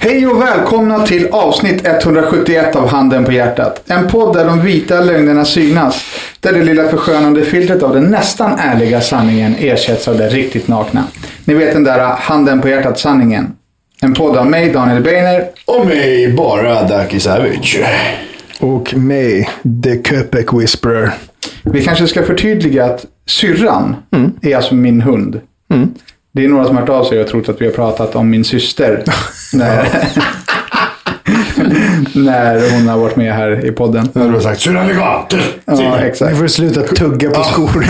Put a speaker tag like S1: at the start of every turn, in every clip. S1: Hej och välkomna till avsnitt 171 av Handen på hjärtat. En podd där de vita lögnerna synas. Där det lilla förskönande filtret av den nästan ärliga sanningen ersätts av den riktigt nakna. Ni vet den där Handen på hjärtat-sanningen. En podd av mig, Daniel Beiner.
S2: Och mig bara Daki Savage.
S3: Och mig, The Köpek Whisperer.
S1: Vi kanske ska förtydliga att syrran
S3: Mm.
S1: är alltså min hund. Det är några som har hört av sig och trott att vi har pratat om min syster. när, när hon har varit med här i podden.
S2: När du har sagt syrran lägg av! Tyst!
S1: Ja,
S2: Syrran."
S3: Nu
S1: exakt.
S3: får du sluta tugga på skor.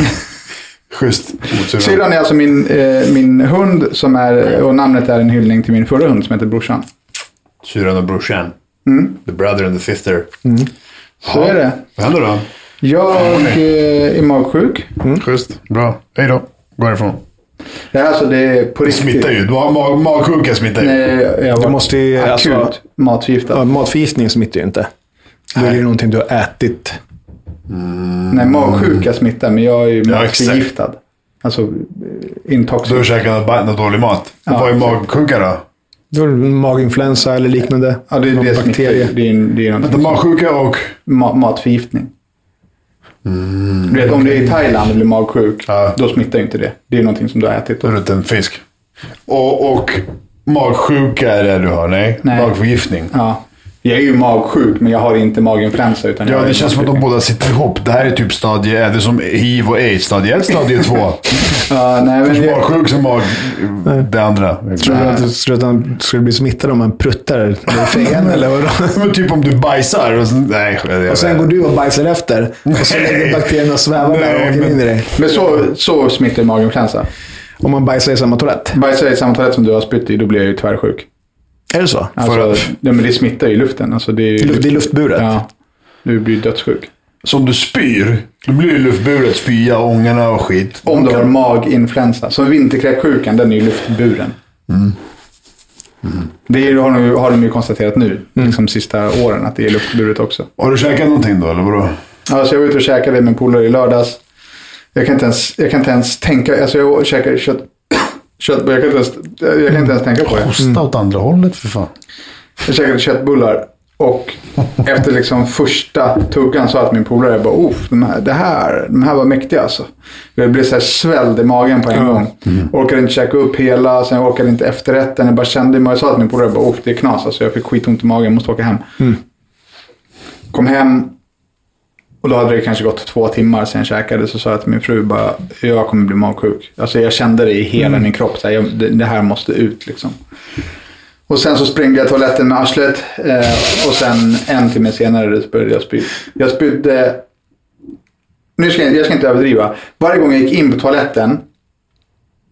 S2: Schysst mot syrran.
S1: Syrran är alltså min, eh, min hund som är, och namnet är en hyllning till min förra hund som heter Brorsan.
S2: Syrran och brorsan.
S1: Mm.
S2: The brother and the sister.
S1: Så är det.
S2: Vad händer då?
S1: Jag eh, är magsjuk.
S2: Mm. Schysst. Bra. Hej då. Gå härifrån.
S1: Det, här, alltså, det är på
S2: Det
S1: riktigt.
S2: smittar ju. Mag, mag, magsjuka smittar ju.
S1: Nej, jag var
S3: Du måste ju,
S1: akut
S3: alltså-
S1: matförgiftad.
S3: Ja, matförgiftning smittar ju inte. Då är det ju någonting du har ätit.
S1: Nej, magsjuka smittar, men jag är ju
S2: Ja, exakt.
S1: matförgiftad. Alltså, eh, intoxic.
S2: Du har käkat något bajs- något dålig mat. Vad är magsjuka då?
S3: Då är det maginfluensa eller liknande.
S1: Ja, det är
S3: Någon
S1: det smittar. ju.
S3: bakterie.
S1: Det är, det är
S2: Vänta,
S1: något,
S2: magsjuka och...
S1: ma matförgiftning. du vet, om du är i Thailand och blir magsjuk,
S2: Mm. Ja.
S1: då smittar ju inte det. Det är någonting som du har ätit.
S2: Då är det en fisk. Och, och magsjuka är det du har? Nej?
S1: Nej.
S2: Magförgiftning?
S1: Ja. Jag är ju magsjuk, men jag har inte maginfluensa. Utan jag
S2: Ja,
S1: är
S2: det känns som att de
S1: magsjuk.
S2: båda sitter ihop. Det här är typ stadie... Det är som hiv och aids. Stadie 1, stadie 2.
S1: Ja, nej, men det,
S2: Magsjuk som mag... Det andra.
S3: Tror du att, tror du att han skulle bli smittad om han pruttar i fejan eller vadå?
S2: Men typ om du bajsar. Och sen, nej, jag
S3: Och sen går du och bajsar efter. Och så lägger bakterierna och svävar där och
S2: Nej,
S3: åker
S2: men-
S3: in i dig.
S1: men så, så smittar ju maginfluensa.
S3: Om man bajsar i samma toalett.
S1: Bajsar jag i samma toalett som du har spytt i, då blir jag ju tvärsjuk.
S3: Är det så?
S1: Alltså,
S2: För
S1: ja, men det smittar ju i luften. Alltså, det är ju
S3: Det är luftburet.
S1: Ja. Du blir ju dödssjuk.
S2: Som du spyr, då blir ju luftburet spya, ångorna och skit.
S1: Om du har maginfluensa. Så vinterkräksjukan, den är ju luftburen. Mm. Det är, har, de, ju- har de ju konstaterat nu, liksom sista åren, att det är luftburet också.
S2: Har du käkat någonting då, eller vadå?
S1: Alltså jag var ute och käkade med polare i lördags. Jag kan inte ens, jag kan inte ens tänka, alltså jag käkade kött, köttbullar, jag kan, inte ens, jag kan inte ens tänka på det.
S2: Hosta åt andra hållet, för fan.
S1: Jag käkade köttbullar och efter liksom första tuggan sa att min polare bara Oof, de här, det här, de här var mäktiga alltså. Jag blev så här svälld i magen på en gång. Orkade inte käka upp hela, sen jag orkade inte efterrätten. Jag bara kände, jag sa till min polare bara Oof, det är knas alltså. Jag fick skitont i magen, måste åka hem. Kom hem och då hade det kanske gått två timmar sen jag käkade. Så sa jag till min fru bara, jag kommer bli magsjuk. Alltså jag kände det i hela min kropp. Så här, jag, det, det här måste ut liksom. Och sen så sprängde jag toaletten med arslet. Eh, och sen en timme senare så började jag spy. Jag spydde nu ska jag, jag ska inte överdriva. Varje gång jag gick in på toaletten,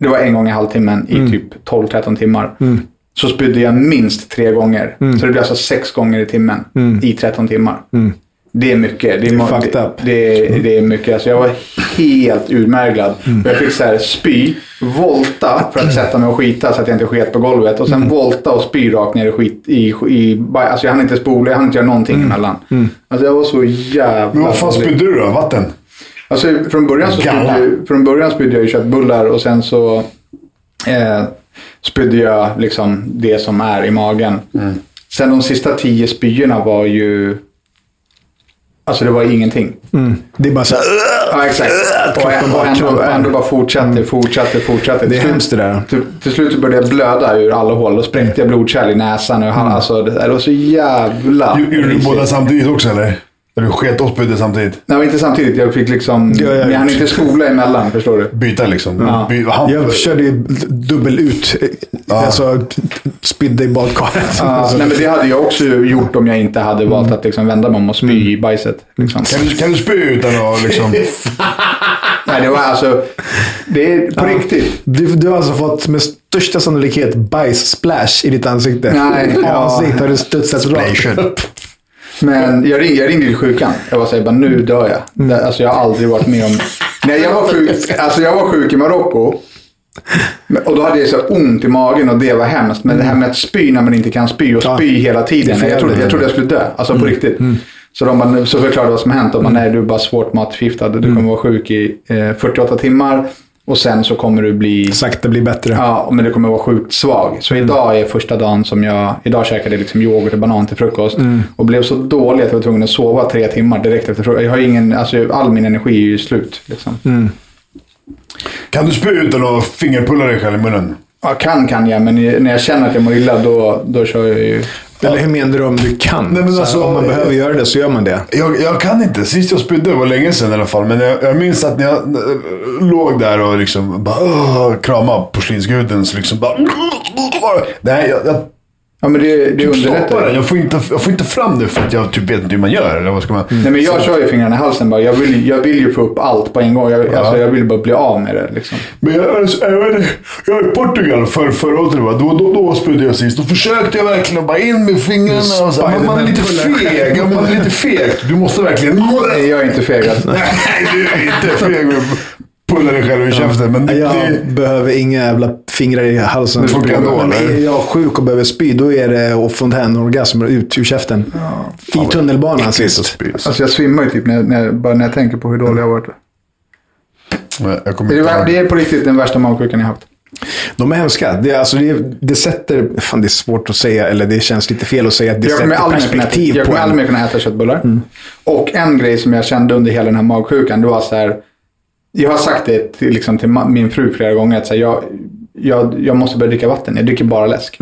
S1: det var en gång i halvtimmen i typ 12-13 timmar, så spydde jag minst tre gånger. Så det blir alltså sex gånger i timmen i 13 timmar. Det är mycket. Det är, ma-
S3: fucked up.
S1: Det,
S2: Mm.
S1: det, det är mycket. Alltså jag var helt urmärglad. Och jag fick så här, spy, volta för att sätta mig och skita så att jag inte sket på golvet. Och sen
S2: Mm.
S1: volta och spy rakt ner i skit. I, i, baj- alltså jag hann inte spola, jag hann inte göra någonting emellan. Alltså jag var så jävla...
S2: Mm. Men vad fan
S1: dålig.
S2: spydde du då? Vatten?
S1: Alltså från början så
S2: Galla.
S1: spydde, från början spydde jag ju köttbullar och sen så eh, spydde jag liksom det som är i magen.
S2: Mm.
S1: Sen de sista tio spyorna var ju... Alltså det var ingenting.
S3: Det är bara så här...
S1: Ja, exakt. Och,
S3: Kroppen
S1: ändå,
S3: bara
S1: ändå,
S3: krampar.
S1: ändå bara fortsatte, fortsatte, fortsatte.
S3: Det
S1: Till-
S3: är Mm. hemskt det där.
S1: Till, till slut så började jag blöda ur alla hål. Då spräckte jag blodkärl i näsan. Och
S3: Mm.
S1: han, alltså, det, det var så jävla...
S2: Gjorde du båda samtidigt också eller? Eller du sket och spydde samtidigt?
S1: Nej, men inte samtidigt. Jag fick liksom...
S3: har jag
S1: Jag hann
S3: gjort.
S1: inte spola emellan, förstår
S3: Alltså-
S1: du.
S2: Byta liksom? By, han,
S3: Jag körde ju dubbel ut. Alltså, t- t- spydde i badkaret.
S1: Ja, nej, men det hade jag också gjort om jag inte hade valt
S3: Mm.
S1: att liksom vända mig om och spy i bajset. Liksom.
S2: Kan, du, kan du spy utan att liksom...
S1: Nej, det var alltså... Det är på riktigt.
S3: Du, du har alltså fått med största sannolikhet bajs-splash i ditt ansikte.
S1: Nej, ja.
S3: Ansikt har du studsat rakt.
S1: Men jag ringde, jag ringde till sjukan. Jag var såhär, bara, nu dör jag. Det-
S3: Mm.
S1: Alltså jag har aldrig varit med om... Nej, jag var sjuk, alltså, jag var sjuk i Marocko. Men- Och då hade jag så här ont i magen och det var hemskt. Men det här med att spy när man inte kan spy och
S3: Mm. Ja.
S1: spy hela tiden.
S3: Det är Mm.
S1: Jag trodde, jag trodde jag skulle dö. Alltså på riktigt. Så, de bara, så förklarade vad som hänt. De bara, nej du är bara svårt matförgiftad. Du
S3: Mm.
S1: kommer vara sjuk i eh, 48 timmar. Och sen så kommer du bli...
S3: Sakta blir bättre.
S1: Ja, men det kommer vara sjukt svag. Så
S2: Mm.
S1: idag är första dagen som jag... Idag käkade jag liksom yoghurt och banan till frukost.
S2: Mm.
S1: Och blev så dålig att jag var tvungen att sova tre timmar direkt efter frukost. Jag har ingen... Alltså all min energi är ju slut. Liksom.
S2: Mm. Kan du spy utan att fingerpulla dig själv i munnen?
S1: Ja, kan kan jag, men i- när jag känner att jag mår illa då, då kör jag ju...
S3: Eller hur menar du om du kan?
S2: men
S3: Så här,
S2: alltså,
S3: om man
S2: eh,
S3: behöver göra det så gör man det.
S2: Jag, jag kan inte. Sist jag spydde var länge sedan i alla fall. Men jag, jag minns att när jag eh, låg där och liksom bara "Åh", kramade porslinsguden så liksom bara... Nej, jag, jag
S1: Ja, men det, det
S2: Typ stoppar
S1: underlättar.
S2: den.
S1: ju.
S2: Jag får, inte, jag får inte fram det för att jag typ vet inte hur man gör. Eller vad ska man...
S1: Nej, men jag kör ju fingrarna i halsen bara. Jag vill, jag vill ju få upp allt på en gång. Jag, alltså, jag vill bara bli av med det liksom.
S2: Men jag, jag, jag, vet inte, jag är i Portugal för, förra året. det var. Då, då, då spydde jag sist. Då försökte jag verkligen att bara in med fingrarna. Och så, här, men man är lite feg. Ja, Man är lite feg. Du måste verkligen...
S1: Nej, jag är inte feg alltså.
S2: Nej, du är inte feg med att pulla dig själv i käften. Men det,
S3: Jag
S2: det,
S3: behöver inga jävla fingrar i halsen.
S2: Det funkar ändå,
S3: Men
S2: eller?
S3: är jag sjuk och behöver spy, då är det och fontänorgasmer ut ur käften. I tunnelbanan sist.
S1: Alltså jag svimmar ju typ när, när, bara när jag tänker på hur dålig jag har varit.
S2: jag kommer
S1: Det
S2: inte
S1: är,
S2: ihåg.
S1: det är på riktigt den värsta magsjukan jag haft.
S3: De är hemska. Det, är- alltså, det, det sätter... Fan, det är svårt att säga, eller det känns lite fel att säga att det
S1: Jag kommer
S3: sätter
S1: aldrig mer kunna äta,
S3: perspektiv
S1: jag
S3: på
S1: kommer aldrig
S3: en. Mm.
S1: mer kunna äta köttbullar. Och en grej som jag kände under hela den här magsjukan, det var så här. Jag har sagt det till, liksom, till ma- min fru flera gånger, att så här, jag, jag, jag måste börja dricka vatten. Jag dricker bara läsk.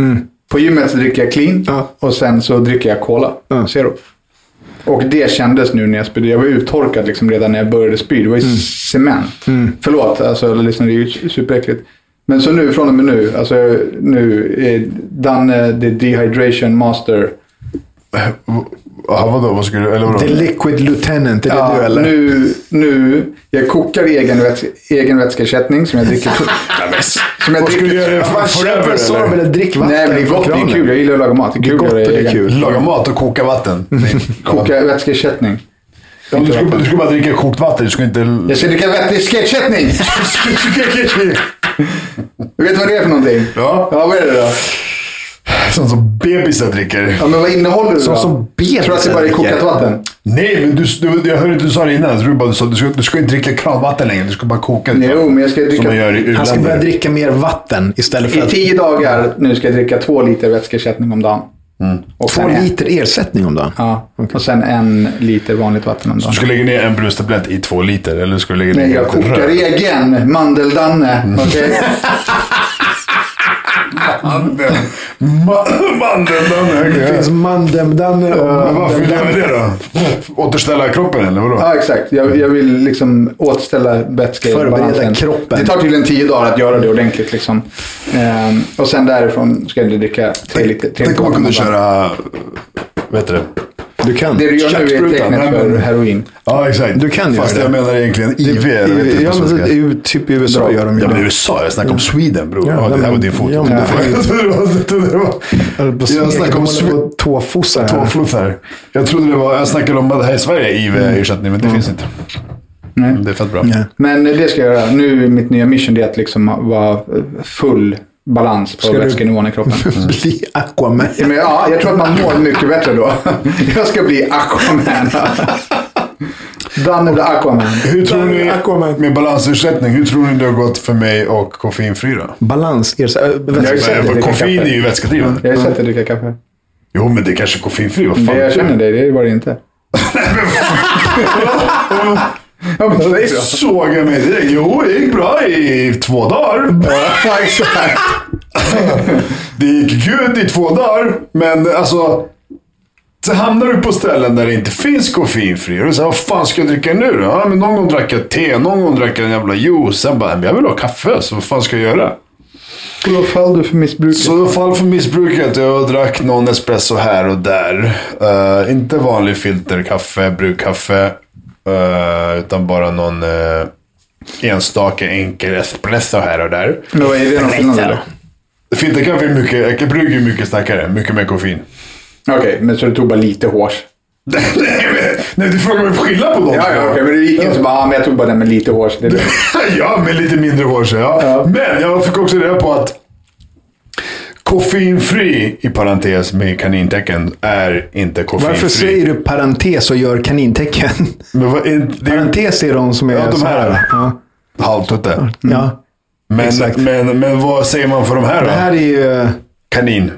S1: På gymmet så dricker jag clean
S3: Mm. Ja.
S1: och sen så dricker jag cola. Zero. Och det kändes nu när jag spydde. Jag var uttorkad liksom redan när jag började spy. Det var ju
S3: Mm.
S1: cement. Förlåt, alltså, liksom, det är ju superäckligt. Men så nu, från och med nu, alltså nu, är Danne the dehydration master.
S2: Ja, ah, vadå? Vad skulle du... Eller vadå?
S3: The liquid lieutenant, är det
S1: Ja,
S3: du eller?
S1: Nu, nu, jag kokar egen, väts egen vätskeersättning som jag dricker. som jag
S2: Vad skulle du göra det för-
S3: Fan, köp
S2: forever
S3: en Sorb
S2: eller?
S3: eller drick vatten
S1: Nej, men det är
S3: från
S1: gott. Det är
S3: kranen.
S1: kul. Jag gillar att laga mat. Det är kul
S3: gott
S1: att göra
S3: och det är
S1: egen.
S3: kul.
S2: Laga mat och koka vatten. Mm.
S1: Koka vätskeersättning.
S2: Ja, du, skulle, du skulle bara dricka kokt vatten. Du skulle inte...
S1: Jag ska dricka vätskeersättning! Vet du vad det är för någonting?
S2: Ja.
S1: Ja, vad är det då?
S2: Sånt som bebisar dricker.
S1: Ja, men vad innehåller det
S3: Som-
S1: då?
S3: som bebisar
S1: Tror du att det bara är kokat
S3: dricker.
S1: vatten?
S2: Nej, men du, du, jag hörde inte du sa det innan. Jag tror bara du sa du ska, du ska inte dricka kranvatten längre. Du ska bara koka ditt
S1: Jo,
S2: vatten.
S1: men jag ska dricka-
S2: Som man gör i
S3: Han ska
S2: u-länder.
S3: börja dricka mer vatten istället för
S1: I
S3: att...
S1: tio dagar nu ska jag dricka två liter vätskeersättning om dagen. Och
S3: Två
S1: sen en-
S3: liter ersättning om dagen.
S1: Ja, och sen en liter vanligt vatten om dagen.
S2: Du ska lägga ner en brustablett i två liter. Eller du ska lägga ner
S1: Nej, jag
S2: ett rör.
S1: kokar egen mandeldanne. Okej?
S2: Mandeln. Ma- Mandeln, den
S3: Det
S2: höger.
S3: finns mandemdanne och
S2: Men Varför vill
S3: mandeldanne.
S2: du göra det då? Återställa kroppen eller vadå?
S1: Ja, exakt. Jag, jag vill liksom återställa
S3: Förbereda
S1: vätskebalansen.
S3: kroppen.
S1: Det tar tydligen tio dagar att göra det ordentligt. Liksom. Ehm, och sen därifrån ska jag inte dricka tre liter. Tre
S2: Tänk
S1: liter
S2: om man
S1: vatten om
S2: kunde
S1: dagen.
S2: köra... Vad heter det?
S3: Du kan.
S1: Det du gör nu är
S3: Köttsprutan,
S1: tecknet
S2: nej,
S1: för
S2: men-
S1: heroin.
S2: Ja, exakt.
S3: Du kan
S2: Fast
S3: göra
S2: jag
S3: det.
S2: menar egentligen IV. jag vet inte
S3: I, ja,
S2: vad
S3: men
S2: som
S3: så,
S2: ska-
S3: i, typ i USA gör de ju
S2: Ja, men i
S3: det.
S2: USA. Jag snackar om Sweden, bror.
S3: Ja,
S2: Ja, det
S3: men-
S2: här var din fot.
S3: ja, men-
S2: Jag trodde det var- jag trodde det var-
S3: Eller på
S2: Jag snackar om
S3: smekmål eller
S2: Sweden.
S3: på tåfossar. här.
S2: Tåflut här. Jag trodde det var... Jag snackade om att här i Sverige är IV-ersättning, men det finns inte. Det är fett bra.
S3: Nej.
S1: Men det ska jag göra. Nu är mitt nya mission det är att liksom vara full balans på
S3: du-
S1: vätskenivån i kroppen.
S3: Bli Aquaman.
S1: Ja, Men ja, jag tror att man mår mycket bättre då. Jag ska bli Aquaman. Danne blir Aquaman.
S2: Hur tror
S3: Där är Aquaman.
S2: ni, med balansersättning, hur tror ni det har gått för mig och koffeinfri då?
S3: Balans. Er, äh,
S1: Jag har ju sett det.
S2: Men Koffein är ju
S1: Jag
S2: vätskedrivande.
S1: har ju sett dig dricka kaffe.
S2: Jo, men det är kanske koffeinfri. Vad
S1: Det
S2: fan?
S1: jag känner dig, det var det inte. Ja, men det är bra.
S2: Såg jag mig direkt? Jo, det gick bra i två dagar.
S1: Ja, exakt.
S2: Det gick gud i två dagar, men alltså... Så hamnar du på ställen där det inte finns koffeinfri. Och du säger, vad fan ska jag dricka nu då? Ja, men någon gång drack jag te, någon gång drack jag en jävla juice. Sen bara, men jag vill ha kaffe, så vad fan ska jag göra?
S1: Och då fall du för missbruket.
S2: Så då fall för missbruket. Jag drack någon espresso här och där. Eh, inte vanlig filterkaffe, brukaffe. eh, utan bara någon eh, enstaka enkel espresso här och där.
S1: Men vad är det någon skillnad eller?
S2: Filterkaffe är mycket, jag brygger ju mycket starkare. Mycket mer koffein.
S1: Okej, men så du tog bara lite hårs?
S2: nej, men- nej, du frågar mig skillnad på dem.
S1: Ja, ja, okej. men det gick inte så bara, ja, men jag tog bara den med lite hårs. Det är lugnt.
S2: ja, med lite mindre hår så ja.
S1: Ja.
S2: Men jag fick också reda på att koffeinfri, i parentes med kanintecken, är inte koffeinfri.
S3: Varför säger du parentes och gör kanintecken?
S2: Men vad, är inte- det är ju
S3: Parentes är de som är
S2: Ja, de
S3: så
S2: här.
S1: Mm.
S3: Ja.
S2: halvtutte.
S3: ja. exakt.
S2: Mm. Men, men, men vad säger man för de här då?
S3: Det här är ju... eh,
S2: Kanin.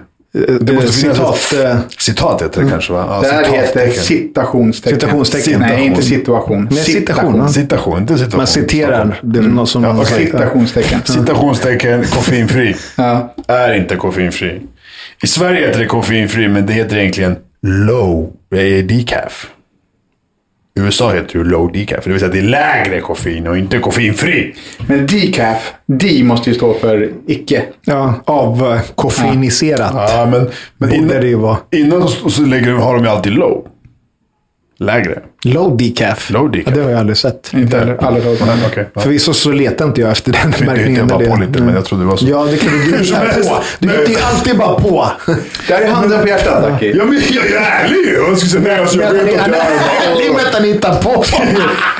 S3: Det måste
S2: finnas
S3: citat... eh,
S2: ett- Citat heter det kanske va? Ja,
S1: Det här heter
S2: citattecken.
S1: citationstecken.
S3: Citationstecken.
S1: Nej, inte situation.
S3: Nej, citation. ja.
S2: Citation, inte citation.
S3: Man citerar. Det är något som...
S2: Ja, okej.
S1: Citationstecken.
S2: Citationstecken koffeinfri.
S1: Ja.
S2: Är inte koffeinfri. I Sverige heter det koffeinfri, men det heter egentligen low eh, decaf. I USA heter det low decaf, det vill säga att det är lägre koffein och inte koffeinfri.
S1: Men decaf, D måste ju stå för icke.
S3: Ja, av eh, koffeiniserat.
S2: Ja, men, men
S3: Borde det ju vara.
S2: innan så, så lägger, har de ju alltid low. Lägre.
S3: Low decaf.
S2: Low decaf.
S3: Ja, det har jag aldrig sett.
S1: Inte heller. Alla
S2: Men
S1: dagar.
S2: Okej. Okay.
S3: Förvisso så letar inte jag efter den
S2: Det
S3: märkningen.
S2: var
S3: när
S2: på lite, men jag trodde det var så.
S3: Ja, det kan du
S2: Hur som
S3: hitta
S2: helst.
S3: på. Du
S2: Men-
S3: hittar ju alltid bara på.
S1: Där är handen på hjärtat, Aki.
S2: Ja, men jag är ärlig ju. Jag skulle säga nej, alltså, jag går ut och
S3: Han är ärlig med att han hittar på.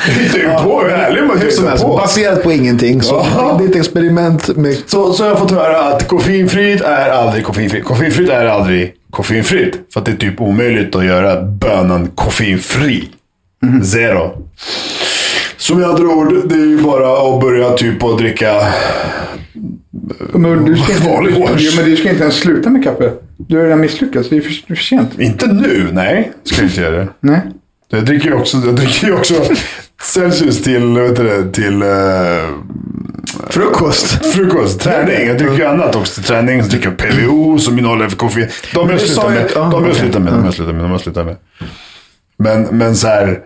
S2: Hittar ju på. Jag är ärlig med att
S3: Hur
S2: jag
S3: som
S2: hittar
S3: helst,
S2: på.
S3: baserat på ingenting. Så
S2: Ja.
S3: det är ett experiment med...
S2: Så, så har jag fått höra att koffeinfritt är aldrig koffeinfritt. Koffeinfritt är aldrig koffeinfritt. För att det är typ omöjligt att göra bönan koffeinfri. Mhm. Zero. Så med andra ord, det är ju bara att börja typ att dricka...
S1: Men du ska
S2: Vanlig
S1: inte,
S2: hårs.
S1: jo, men du ska inte ens sluta med kaffe. Du har redan misslyckats. Det är för, för sent.
S2: Inte nu, nej. Ska jag inte göra det.
S1: Nej.
S2: Jag dricker ju också, jag dricker ju också Celsius till, vad heter det, till eh,
S3: Frukost.
S2: frukost, träning. Jag dricker ju annat också till träning. Så dricker jag PVO som innehåller koffein. De har jag
S3: du sa
S2: slutat
S3: ju
S2: med.
S3: att-
S2: De
S3: ja,
S2: har jag
S3: okej. Mm.
S2: slutat med. De har jag slutat med. De har jag slutat med. Men, men så här.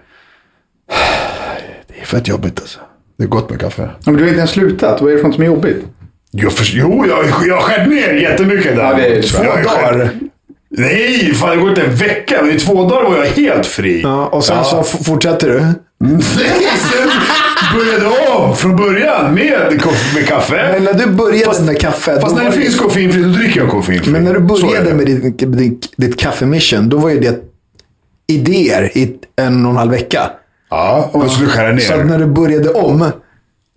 S2: Det är fett jobbigt alltså. Det är gott med kaffe.
S1: Ja, Men du har inte ens slutat. Vad är det för något som är jobbigt?
S2: Jag för, jo, jag jag har skärt ner jättemycket där.
S1: Ja, det är-
S2: två
S1: jag har skärt-
S2: dagar. Nej, fan det går inte en vecka. Men I två dagar var jag helt fri.
S3: Ja, och sen
S2: Ja.
S3: så f- fortsätter du.
S2: Nej, sen började jag om från början med, koff- med kaffe.
S3: Men när du började med kaffe. då
S2: Fast när
S3: var
S2: det
S3: ju-
S2: finns koffeinfritt, då dricker jag koffeinfritt.
S3: Men när du
S2: Så är
S3: började
S2: det.
S3: med ditt, ditt, ditt kaffemission, då var ju det idéer i en och en halv vecka.
S2: Ja, om jag skulle skära
S3: Så att
S2: ner.
S3: när du började om,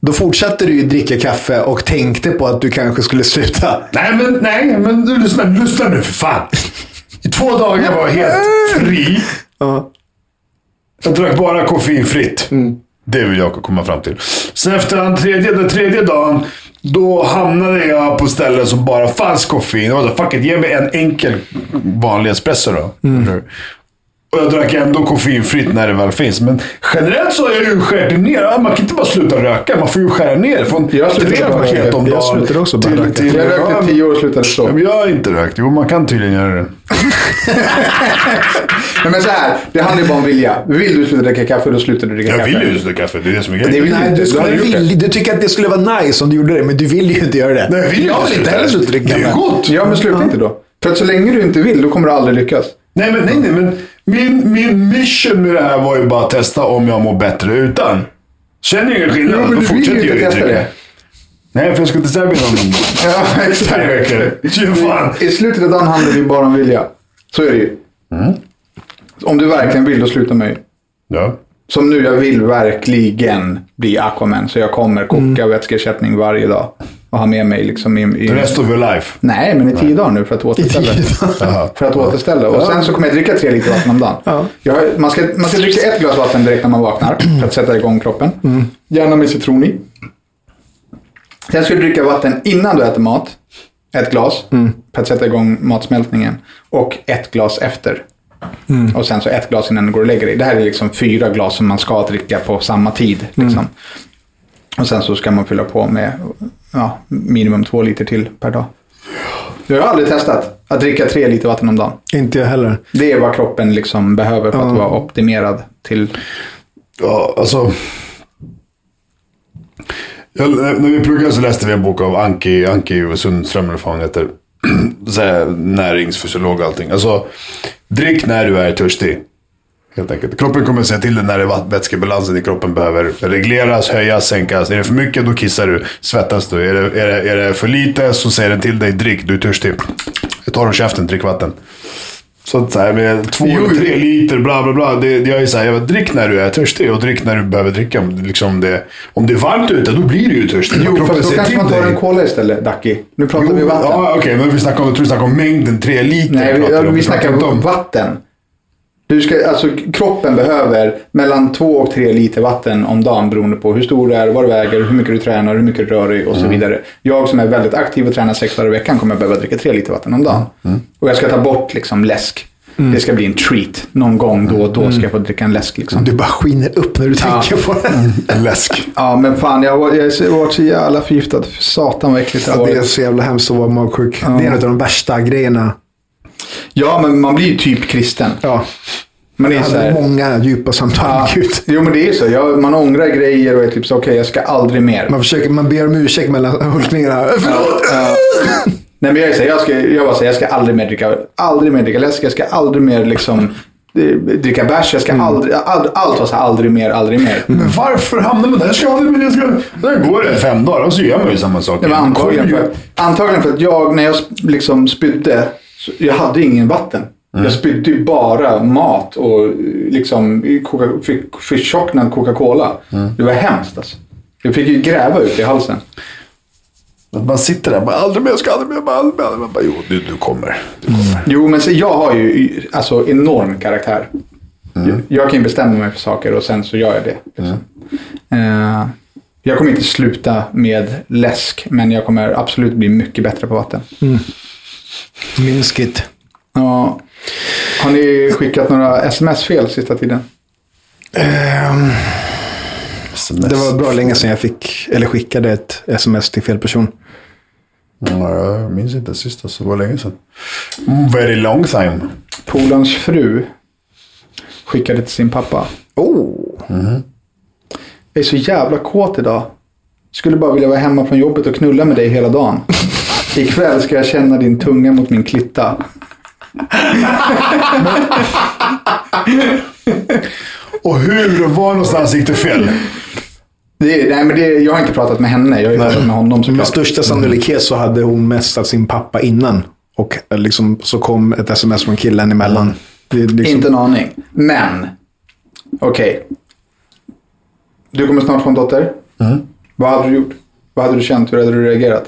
S3: då fortsatte du ju dricka kaffe och tänkte på att du kanske skulle sluta.
S2: Nej, men, nej, men du, lyssna, lyssna nu för fan. I två dagar var jag helt fri.
S3: Ja.
S2: Jag drack bara koffeinfritt.
S1: Mm.
S2: Det vill jag komma fram till. Sen efter den tredje, den tredje dagen, då hamnade jag på ställen som bara fanns koffein. Jag sa, fuck it, ge mig en enkel vanlig espresso då.
S1: Mm.
S2: Och jag drack ändå koffeinfritt när det väl finns. Men generellt så har jag ju skärt ner. Ja, Man kan inte bara sluta röka. Man får ju skära ner. Från
S1: Jag slutade
S2: tre
S1: bara
S2: paket
S1: röka.
S2: om
S3: Jag
S2: dagen.
S3: slutade också bara
S2: till-
S3: röka.
S2: till-
S1: Jag rökte tio år och slutade så.
S2: Ja,
S1: Nej,
S2: men jag har inte rökt. Jo, man kan tydligen göra det.
S1: men så här. Det handlar ju bara om vilja. Vill du sluta dricka kaffe, då slutar du dricka
S2: Jag
S1: kaffe.
S2: vill ju inte dricka kaffe. Det är det som är
S1: Det
S2: grejen.
S1: vill
S3: Nej,
S1: inte.
S3: du,
S1: Du
S3: skulle
S1: hade gjort
S3: vilja, du tycker att det skulle vara nice om du gjorde det, men du vill ju inte göra det.
S2: Nej, jag vill
S3: jag
S2: inte
S3: vill inte
S2: sluta.
S3: heller sluta dricka
S2: Det är ju
S3: kaffe.
S2: gott.
S1: Ja, men sluta inte då. För att så länge du inte vill, då kommer du aldrig lyckas.
S2: Nej, men, nej, nej, men Min, min mission med det här var ju bara att testa om jag mår bättre utan. Känner jag ingen skillnad,
S1: Jo, men du
S2: då
S1: vill ju
S2: fortsätter
S1: inte
S2: jag ju
S1: testa
S2: trycka.
S1: det.
S2: Nej, för jag ska till Serbien om
S1: Ja,
S2: tre veckor. Fy fan.
S1: I slutet av dagen handlar det ju bara om vilja. Så är det ju. Om du verkligen vill, då sluta med det.
S2: Ja.
S1: Som nu, jag vill verkligen bli Aquaman. Så jag kommer koka vätskeersättning varje dag. Och ha med mig liksom i... i...
S2: The rest of your life.
S1: Nej, men i tio dagar nu för att återställa.
S3: I tio dagar.
S2: Jaha.
S1: För att återställa. Och sen så kommer jag dricka tre liter vatten om dagen. Jag, har- man, ska, man ska dricka ett glas vatten direkt när man vaknar för att sätta igång kroppen. Gärna med citron i. Sen ska du dricka vatten innan du äter mat. Ett glas för att sätta igång matsmältningen. Och ett glas efter. Och sen så ett glas innan du går och lägger dig. Det här är liksom fyra glas som man ska dricka på samma tid. Liksom. Och sen så ska man fylla på med ja, minimum två liter till per dag. Jag har aldrig testat att dricka tre liter vatten om dagen.
S3: Inte jag heller.
S1: Det är vad kroppen liksom behöver för att vara optimerad till.
S2: Ja, alltså. Jag, när vi pluggade så läste vi en bok av Anki, Anki Sundström, eller vad fan hon heter. Så här, näringsfysiolog och allting. Alltså, drick när du är törstig. Helt enkelt. Kroppen kommer säga till dig när det är vatt- vätskebalansen i kroppen behöver regleras, höjas, sänkas. Är det för mycket, då kissar du. Svettas du. Är det, är det, är det för lite, så säger den till dig, drick, du är törstig. Jag tar och käften, drick vatten. Så att så här med två,
S1: Jo, jo.
S2: tre liter, bla bla bla. Det, det jag är så här, jag bara, drick när du är törstig och drick när du behöver dricka. Om det- Liksom det, om det är varmt ute, då blir du ju törstig.
S1: Jo,
S2: Kroppen
S1: fast då
S2: säger
S1: kanske
S2: till
S1: man tar
S2: dig.
S1: en cola istället, Ducky. Nu pratar
S2: Jo,
S1: vi vatten.
S2: Ja, okej. men vi snackar om, jag tror vi snackar om mängden tre liter.
S1: Nej, vi,
S2: pratar
S1: ja,
S2: om.
S1: vi
S2: pratar
S1: snackar
S2: inte
S1: om vatten. Du ska, alltså, kroppen behöver mellan två och tre liter vatten om dagen beroende på hur stor du är, vad du väger, hur mycket du tränar, hur mycket du rör dig
S3: Mm.
S1: och så vidare. Jag som är väldigt aktiv och tränar sex dagar i veckan kommer behöva dricka tre liter vatten om dagen.
S3: Mm.
S1: Och jag ska ta bort liksom, läsk. Det ska bli en treat. Någon gång då och då ska jag få dricka en läsk. Liksom.
S3: Mm. Du bara skiner upp när du tänker på det.
S2: En läsk.
S1: Ja, men fan. Jag, var- jag har varit så jävla förgiftad. För satan vad äckligt det har
S3: Ja, det är
S1: varit.
S3: så jävla hemskt att vara magsjuk. Det är en av de värsta grejerna.
S1: Ja, men man blir ju typ kristen.
S3: Ja.
S1: Man är
S3: Jag
S1: ju så här-
S3: hade många djupa samtal
S1: Ja.
S3: med Gud.
S1: Ah. Jo, men det är ju så. Jag, man ångrar grejer och är typ så, okej, jag ska aldrig mer.
S3: Man, försöker, man ber om ursäkt mellan hulkningarna. Förlåt!
S1: Ja. Ah. Nej, men jag är så, här, jag, ska, jag bara säger, jag ska aldrig mer dricka, aldrig mer dricka läsk, jag ska aldrig mer liksom eh, dricka bärs, jag ska
S3: Mm.
S1: aldrig, all, allt var så här, aldrig mer, aldrig mer.
S2: Men varför hamnar man där? Jag ska aldrig bli... Jag ska... Där går det fem dagar och så gör man ju samma sak.
S1: Det var antagligen för, antagligen för att jag, när jag sp- liksom spydde, så- jag hade ingen vatten.
S3: Mm.
S1: Jag spydde ju bara mat och eh, liksom i Coca- fick förtjocknad Coca-Cola.
S3: Mm.
S1: Det var hemskt alltså. Jag fick ju gräva ut i halsen.
S2: Att Man sitter där bara, aldrig mer, jag ska aldrig mer, jag bara, aldrig mer. aldrig mer." Man bara, jo, du, du kommer. Du kommer.
S3: Mm.
S1: Jo, men så jag har ju alltså, enorm karaktär. Jag, jag kan ju bestämma mig för saker och sen så gör jag det. Liksom. Eh, jag kommer inte sluta med läsk, men jag kommer absolut bli mycket bättre på vatten.
S3: Minsk it.
S1: Ja. Har ni skickat några sms-fel sista tiden?
S3: Ehm, det var bra länge sedan jag fick, eller skickade ett sms till fel person.
S2: Ja, jag minns inte sist, alltså. det var länge sedan. Mm, Very long time.
S1: Polarns fru skickade till sin pappa.
S3: Oh.
S2: Mm.
S1: Jag är så jävla kåt idag. Skulle bara vilja vara hemma från jobbet och knulla med dig hela dagen. Ikväll ska jag känna din tunga mot min klitta.
S2: Och hur, var någonstans gick det fel?
S1: Det, är- nej, men det, är- jag har inte pratat med henne. Jag har ju pratat med honom
S3: Med
S1: såklart.
S3: största sannolikhet så hade hon messat sin pappa innan. Och liksom, så kom ett sms från killen emellan. Det, är liksom,
S1: Mm. Inte en aning. Men, okej. Du kommer snart få en dotter.
S2: Mm.
S1: Vad hade du gjort? Vad hade du känt? Hur hade du reagerat?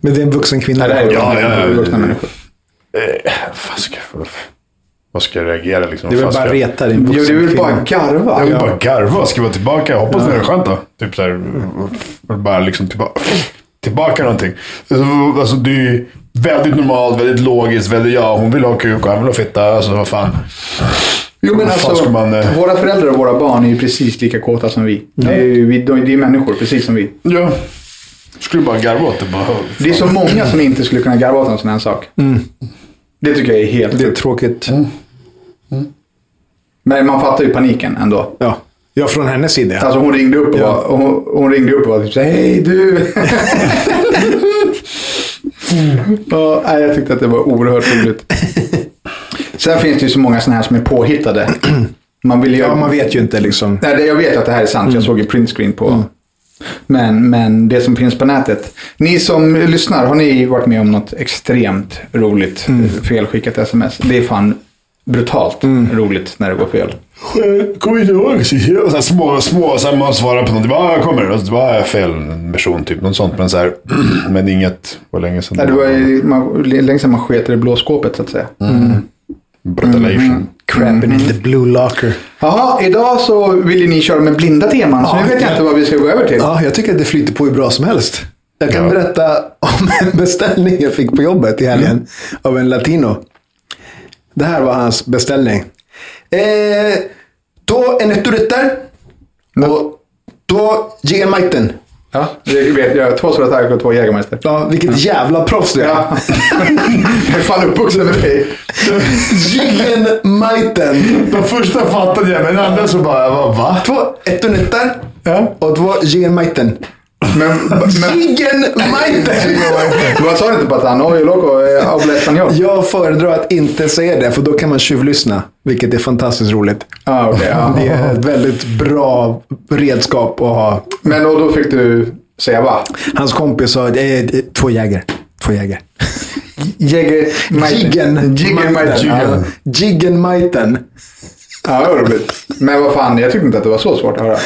S3: Men det är en vuxen kvinna.
S1: Nej, det är-
S2: Ja, ja, ja.
S1: Vuxna människor.
S2: Eh, Vad ska, jag- vad ska jag reagera liksom?
S3: det är väl
S2: Vad ska
S3: bara
S2: jag-
S3: reta din
S1: Jo,
S3: vuxen
S1: du vill
S3: kvinna.
S1: bara garva.
S2: Jag vill bara garva. Ska vara tillbaka? Jag hoppas det är skönt då. Typ så här. och Bara liksom tillbaka. Tillbaka någonting. Alltså, alltså det är ju väldigt normalt, väldigt logiskt. Väldigt ja, hon vill ha kuk och han vill ha fitta. Alltså vad fan.
S1: Jo, men
S2: Vad fan
S1: alltså,
S2: ska man, eh,
S1: våra föräldrar och våra barn är ju precis lika kåta som vi. Det är ju vi, de, det är människor, precis som vi.
S2: Ja. Skulle bara garva åt det. Bara,
S1: Det är så många som inte skulle kunna garva åt en sån här sak.
S2: Mm.
S1: Det tycker jag är helt
S3: Det är
S1: sjukt.
S3: tråkigt.
S1: Men man fattar ju paniken ändå.
S3: Ja. ja, från hennes sida. ja.
S1: Alltså hon ringde upp och,
S3: Ja.
S1: var, och hon, hon ringde upp och var typ såhär, hej du. ja, nej, jag tyckte att det var oerhört roligt. Sen finns det ju så många sådana här som är påhittade. Man vill ju...
S3: Ja, man vet ju Mm. inte liksom.
S1: Nej, det- jag vet att det här är sant. Jag såg ju printscreen på. Men, men det som finns på nätet. Ni som lyssnar, har ni varit med om något extremt roligt
S3: Mm.
S1: eh, felskickat sms? Det är fan brutalt
S3: Mm.
S1: roligt när det går fel.
S2: Jag kommer inte ihåg. Så här små, små. Sen man svarar på någonting. Bara, ah, jag kommer. Och så bara, ah, jag är fel person. Typ något sånt. Men så här. men inget. Var länge sedan.
S1: Nej, det var ju- man, länge sedan man sket i det blå skåpet så att säga.
S2: Brutalation.
S3: Crabbing in the blue locker.
S1: Jaha, idag så vill ju ni köra med blinda teman, så
S3: Ja,
S1: nu vet jag
S3: ja.
S1: inte vad vi ska gå över till.
S3: Ja, jag tycker att det flyter på hur bra som helst. Jag kan
S2: Ja.
S3: berätta om en beställning jag fick på jobbet i helgen
S1: Mm.
S3: av en latino. Det här var hans beställning. Eh, då en etturetter och då Jägermeiten.
S1: Mm. Ja, det vet jag. Två Stora Tiger och två Jägermeister.
S3: Ja, vilket jävla proffs du är.
S1: Ja. jag är fan uppvuxen med dig.
S3: Jägermeiten.
S2: Den första fattade jag, men den andra så bara, jag bara va?
S3: Två ettunetter och två Jägermeiten.
S1: Men, men
S3: Jägermeiten!
S1: vad sa du inte Patan? Ojo loco, eh, habla español?
S3: Jag föredrar att inte säga det, för då kan man tjuvlyssna. Vilket är fantastiskt roligt.
S1: Ah, okej, ja.
S3: Det är ett väldigt bra redskap att ha.
S1: Men och då fick du säga va?
S3: Hans kompis sa eh, två jäger. Två jäger.
S1: Jägermeiten.
S3: Jiggen.
S1: Jägermeiten.
S3: Ja,
S1: Ja.
S3: Jiggen Maiten.
S1: Ja, det var roligt. Men vad fan, jag tyckte inte att det var så svårt att höra.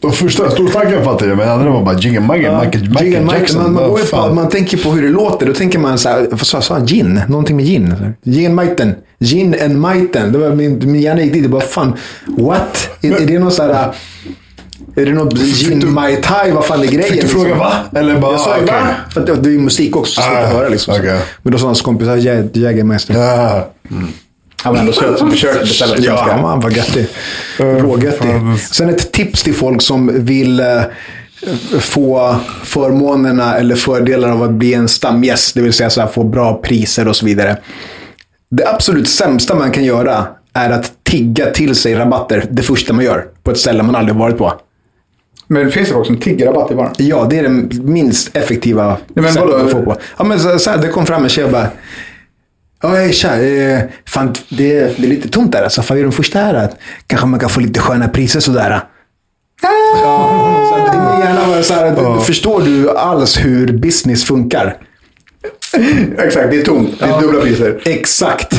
S2: De första stortanken fattade jag, men den andra var bara jiggen maggen, Michael,
S3: Jiggen
S2: Michael
S3: Maiten.
S2: Jackson.
S3: Man, man,
S2: vad
S3: går ju på,
S2: fan.
S3: man tänker på hur det låter. Då tänker man så här, vad sa- sa han? Gin? Någonting med gin? Jiggen Maiten. Gin and Maiten. Det var min, min hjärna gick dit. Det bara fan, what? Är, är det någon så här... äh, Är det något gin mai tai? Vad fan är grejen?
S2: Fick du
S3: liksom?
S2: fråga va? Eller bara,
S3: Jag sa
S2: ah,
S3: ju
S2: okej.
S3: va? För att det, det är ju musik också, så det är svårt
S2: Ah,
S3: att höra liksom.
S2: okej.
S3: Men då sa hans kompis, "Ja, Jä- Jägermeister.
S2: Ja.
S1: Han var ändå söt som försökte beställa på
S3: Ja,
S1: svenska.
S3: man var göttig. Rågöttig. Sen ett tips till folk som vill eh, få förmånerna eller fördelar av att bli en stamgäst. Det vill säga så här, få bra priser och så vidare. Det absolut sämsta man kan göra är att tigga till sig rabatter det första man gör på ett ställe man aldrig varit på.
S1: Men finns det folk som tigger rabatt i baren?
S3: Ja, det är den minst effektiva
S1: men
S3: sättet
S1: vadå?
S3: att få på. Ja, men så, så här, det kom fram en tjej och bara. Ja, hej tja. Eh, fan, det, är- det är lite tomt där. Alltså, fan, vi är de första här. Att, kanske man kan få lite sköna priser sådär. Ja, så att, min hjärna var så här, att, Förstår du alls hur business funkar?
S1: Exakt, det är tomt. Det är dubbla priser.
S3: Exakt.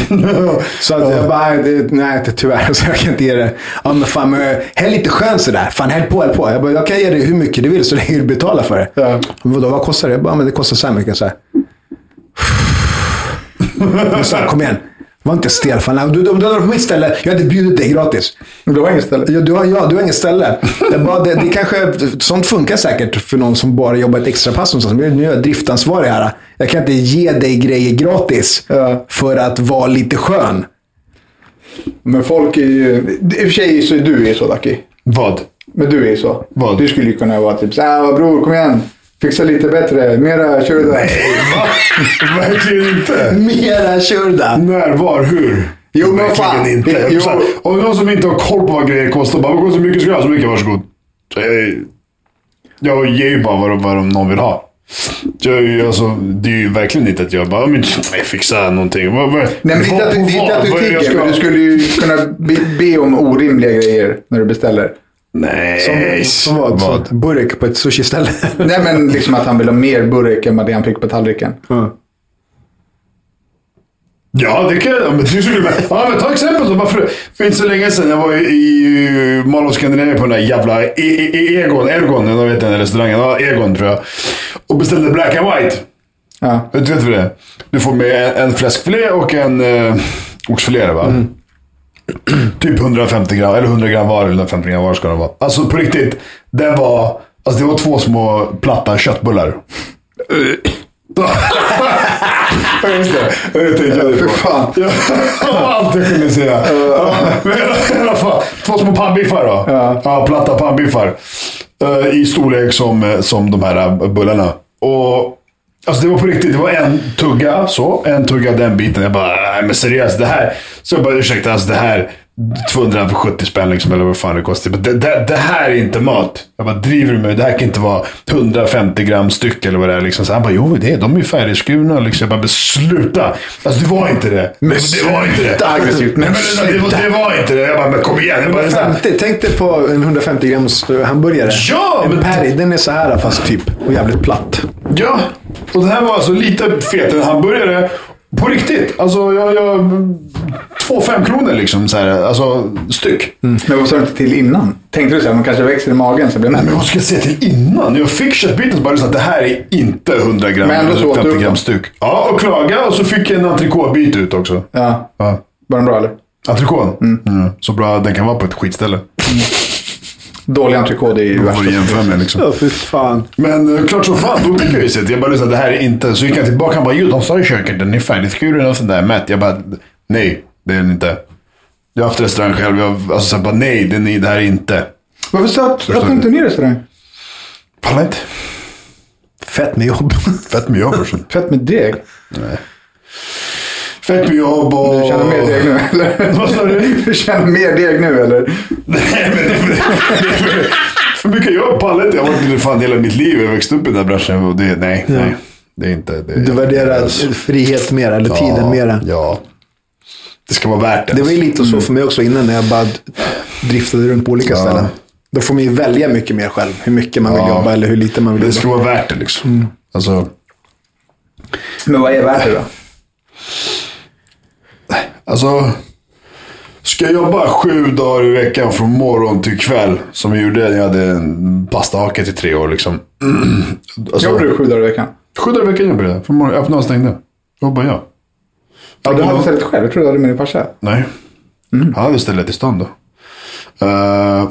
S3: Så att jag bara, det, nej det- tyvärr, så jag kan inte ge det. Ja men fan, men, häll lite skön sådär. Fan häll på, häll på. Jag bara, jag kan ge dig hur mycket du vill så länge du betalar för det.
S1: Ja.
S3: Men vadå, vad kostar det? Jag bara, men det kostar så här mycket. Så här. Men Så här, kom igen. Var inte stel. Fan. Om du, om du hade varit på mitt ställe, jag hade bjudit dig gratis.
S1: Men du har inget ställe.
S3: Ja, du har, ja, du har inget ställe. Det, är bara, det, det kanske, sånt funkar säkert för någon som bara jobbar ett extra pass. och sånt. Men Nu är jag driftansvarig här. Jag kan inte ge dig grejer gratis
S1: Ja.
S3: för att vara lite skön.
S1: Men folk är ju... I och för sig så är du är så Ducky.
S2: Vad?
S1: Men du är ju så.
S2: Vad?
S1: Du skulle ju kunna vara typ såhär, ah, bror kom igen. Fixa lite bättre. Mera, kör det där.
S2: Verkligen inte.
S3: Mera körda.
S2: När, var, hur?
S1: Jo, men
S2: Verkligen
S1: fan.
S2: Inte. Jag
S1: Jo.
S2: så här, Om det är någon som inte har koll på vad grejer kostar, bara, vad kostar mycket ska jag ha? Så mycket, varsågod. Så jag- Jag ger ju bara vad, de- vad de- någon vill ha. jag, är ju- alltså, det är ju verkligen inte att jag bara, "Ja, men jag fixar någonting. Vad, vad,
S1: Nej, men det är inte att, det är inte att du tigger, men du skulle ju kunna be, be om orimliga grejer när du beställer.
S3: Som,
S2: Nej.
S3: som vad? Som Burk på ett sushiställe.
S1: Nej, men liksom att han vill ha mer burk än vad det han fick på tallriken.
S2: Ja, det kan jag. Men det skulle, ja, men ta exempel då. bara För, för inte så länge sedan, jag var i, i Mall of Scandinavia på den där jävla E- E- E- Egon, Ergon, jag vet den restaurangen. Ja, Egon tror jag. Och beställde Black and White.
S1: Ja.
S2: Du vet vad det är? Du får med en, en fläskfilé och en eh, oxfilé, är det, va?
S1: Mm.
S2: Typ 150 gram, eller 100 gram var, eller 150 gram var ska det vara. Alltså på riktigt, den var... Alltså det var två små platta köttbullar.
S1: Eh.
S2: Ja, just det. Det tänkte jag
S1: Fy
S2: på.
S1: fan.
S2: Ja, det var allt jag kunde säga. Ja, men i alla fall, Två små pannbiffar då. Ja. platta pannbiffar. Eh, I storlek som, eh, som de här eh, bullarna. Och, alltså det var på riktigt. Det var en tugga så. En tugga den biten. Jag bara, nej men seriöst det här. Så jag bara, ursäkta alltså det här. 270 spänn liksom, eller vad fan det kostar. Men Det, det, det här är inte mat. Jag bara, driver du med mig? Det här kan inte vara 150 gram styck eller vad det är. Liksom. Så han bara, jo det är, de är ju färdigskurna. Liksom. Jag bara, men sluta! Alltså det var inte det. Men det var inte det.
S1: sluta, aggressivt.
S2: Nej,
S1: Men
S2: men, det, var- det var inte det. Jag bara, men kom igen. Jag bara,
S3: 50, tänk dig på en 150 grams eh, hamburgare.
S2: Ja,
S3: En
S2: men-
S3: patty, den är så här fast typ. Och jävligt platt.
S2: Ja, och det här var alltså lite fetare hamburgare. På riktigt. Alltså, jag... jag två fem kronor liksom. Så här, alltså, styck.
S1: Men vad sa du inte till innan? Tänkte du så här, man kanske växer i magen så blir det
S2: Nej, men vad ska jag säga till innan? Jag fick köttbiten så bara så att det här är inte 100 gram.
S1: Men ändå så åt du
S2: 50
S1: upp
S2: gram
S1: den.
S2: styck. Ja, och klaga och så fick jag en entrecôte-bit ut också.
S1: Ja.
S2: Ja.
S1: Var den bra eller?
S2: Entrecôten? Mm. Så bra den kan vara på ett skitställe.
S1: Dålig entrecote är ju
S2: Vad får du
S1: värst.
S2: jämföra med liksom.
S3: Ja, fy fan.
S2: Men eh, klart som fan, då fick jag ju se det. Jag bara lyssnade, det här är inte... Så gick jag tillbaka och bara, jo de sa i köket, den är färdigskuren och sånt där mätt. Jag bara, nej, det är den inte. Jag har haft restaurang själv, jag, alltså så här, bara, nej, den är, det här är inte.
S1: Varför satt, öppnade inte ni restaurang?
S2: Pallar inte.
S3: Fett med jobb.
S2: Fett med jobb. alltså.
S1: Fett med deg.
S2: Fett med jobb och...
S1: Du känner mer deg nu eller?
S2: Vad sa du?
S1: Du känner mer deg nu eller?
S2: Nej, men det är för, det är för, för mycket jobb pallar inte. Jag har varit det fan hela mitt liv. Jag växte upp i den där branschen. Och det, nej, nej. Det är inte... Det,
S3: Du
S1: Eh,
S3: värderar frihet mer, eller tiden mera.
S2: Ja. Det ska vara värt det.
S3: Det var ju lite
S1: Mm.
S3: så för mig också innan när jag bara driftade runt på olika
S2: Ja.
S3: ställen. Då får man ju välja mycket mer själv. Hur mycket man vill
S2: Ja.
S3: jobba eller hur lite man vill
S2: Det
S3: jobba. Mm.
S2: ska vara värt det liksom. Alltså,
S1: Men vad är värt det då?
S2: alltså, ska jag jobba sju dagar i veckan från morgon till kväll, som jag gjorde när jag hade en pastahake till tre år. Liksom. Alltså,
S1: Jobbar du sju dagar i veckan?
S2: Sju dagar i veckan jobbade jag. Från morgon, öppnade och stängde. Jobbade jag.
S1: Ja, du hade ställt själv. Jag trodde du hade med din farsa.
S2: Nej.
S1: Mm.
S2: Han hade stället i stan då. Eh,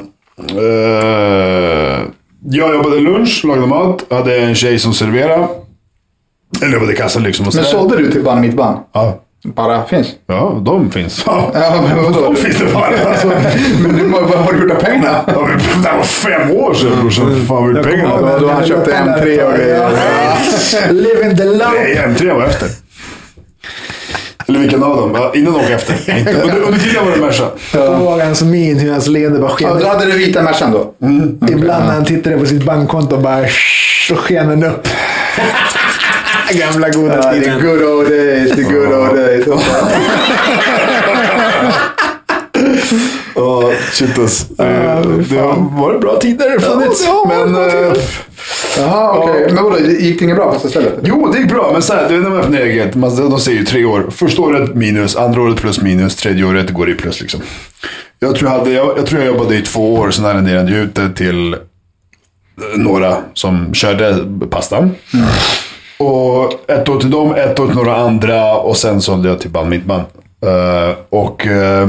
S2: eh, jag jobbade lunch, lagade mat. Hade en tjej som serverade. Eller jobbade i kassan liksom. Och
S1: Men
S2: sådär.
S1: sålde du till band mitt band?
S2: Ja.
S1: Bara finns.
S2: Ja, de finns. Ja,
S1: Ja, men vadå?
S2: de finns det bara. Alltså,
S1: Men du, vad vad har du gjort av pengarna?
S2: ja, men det här var fem år sedan brorsan. Fan, har du
S3: Jag kommer
S2: pengarna?
S3: ihåg
S1: Ja,
S3: när
S1: då
S3: jag
S1: han
S3: låg
S1: köpte
S3: på
S1: en
S3: den här
S1: tre och grejer.
S3: Ja. Living the life.
S2: Nej, M3 var efter. Eller vilken av dem? Ja, Innan de åkte efter. Inte. Under, under tiden var det Merca.
S3: Jag kommer ihåg hans min, hur hans leende bara
S1: Ja, då
S3: sken.
S1: hade du vita Mercan då?
S3: Ibland när han tittade på sitt bankkonto och bara "Shh", så sken den upp. Gamla goda
S1: Ja, the
S3: tiden.
S1: good old days, the good old days.
S2: Ja, shit ass. Det- Det har varit bra tider det funnits.
S3: Ja, det har varit
S2: Men,
S3: bra tider.
S2: eh,
S1: Jaha, okej. Men vadå, gick det inget bra på det stället?
S2: jo, det gick bra. Men så här, du vet när man öppnar eget. man- De säger ju tre år. Första året minus, andra året plus minus, tredje året går i plus liksom. Jag tror jag, hade, jag, jag, tror jag jobbade i två år, sen arrenderade jag ut det till eh, några som körde pastan. Och ett år till dem, ett år till några andra och sen sålde jag till band mitt band. Eh, och eh,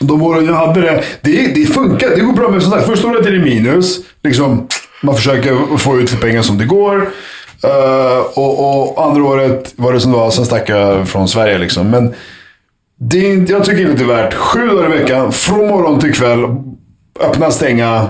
S2: de åren jag hade det, det, det funkar. Det går bra med sånt här. Första året är det minus. Liksom, man försöker få ut så pengar som det går. Eh, och, och andra året var det som det var. Sen stack jag från Sverige liksom. Men det är, inte- jag tycker inte det är värt. Sju dagar i veckan, från morgon till kväll. Öppna, stänga.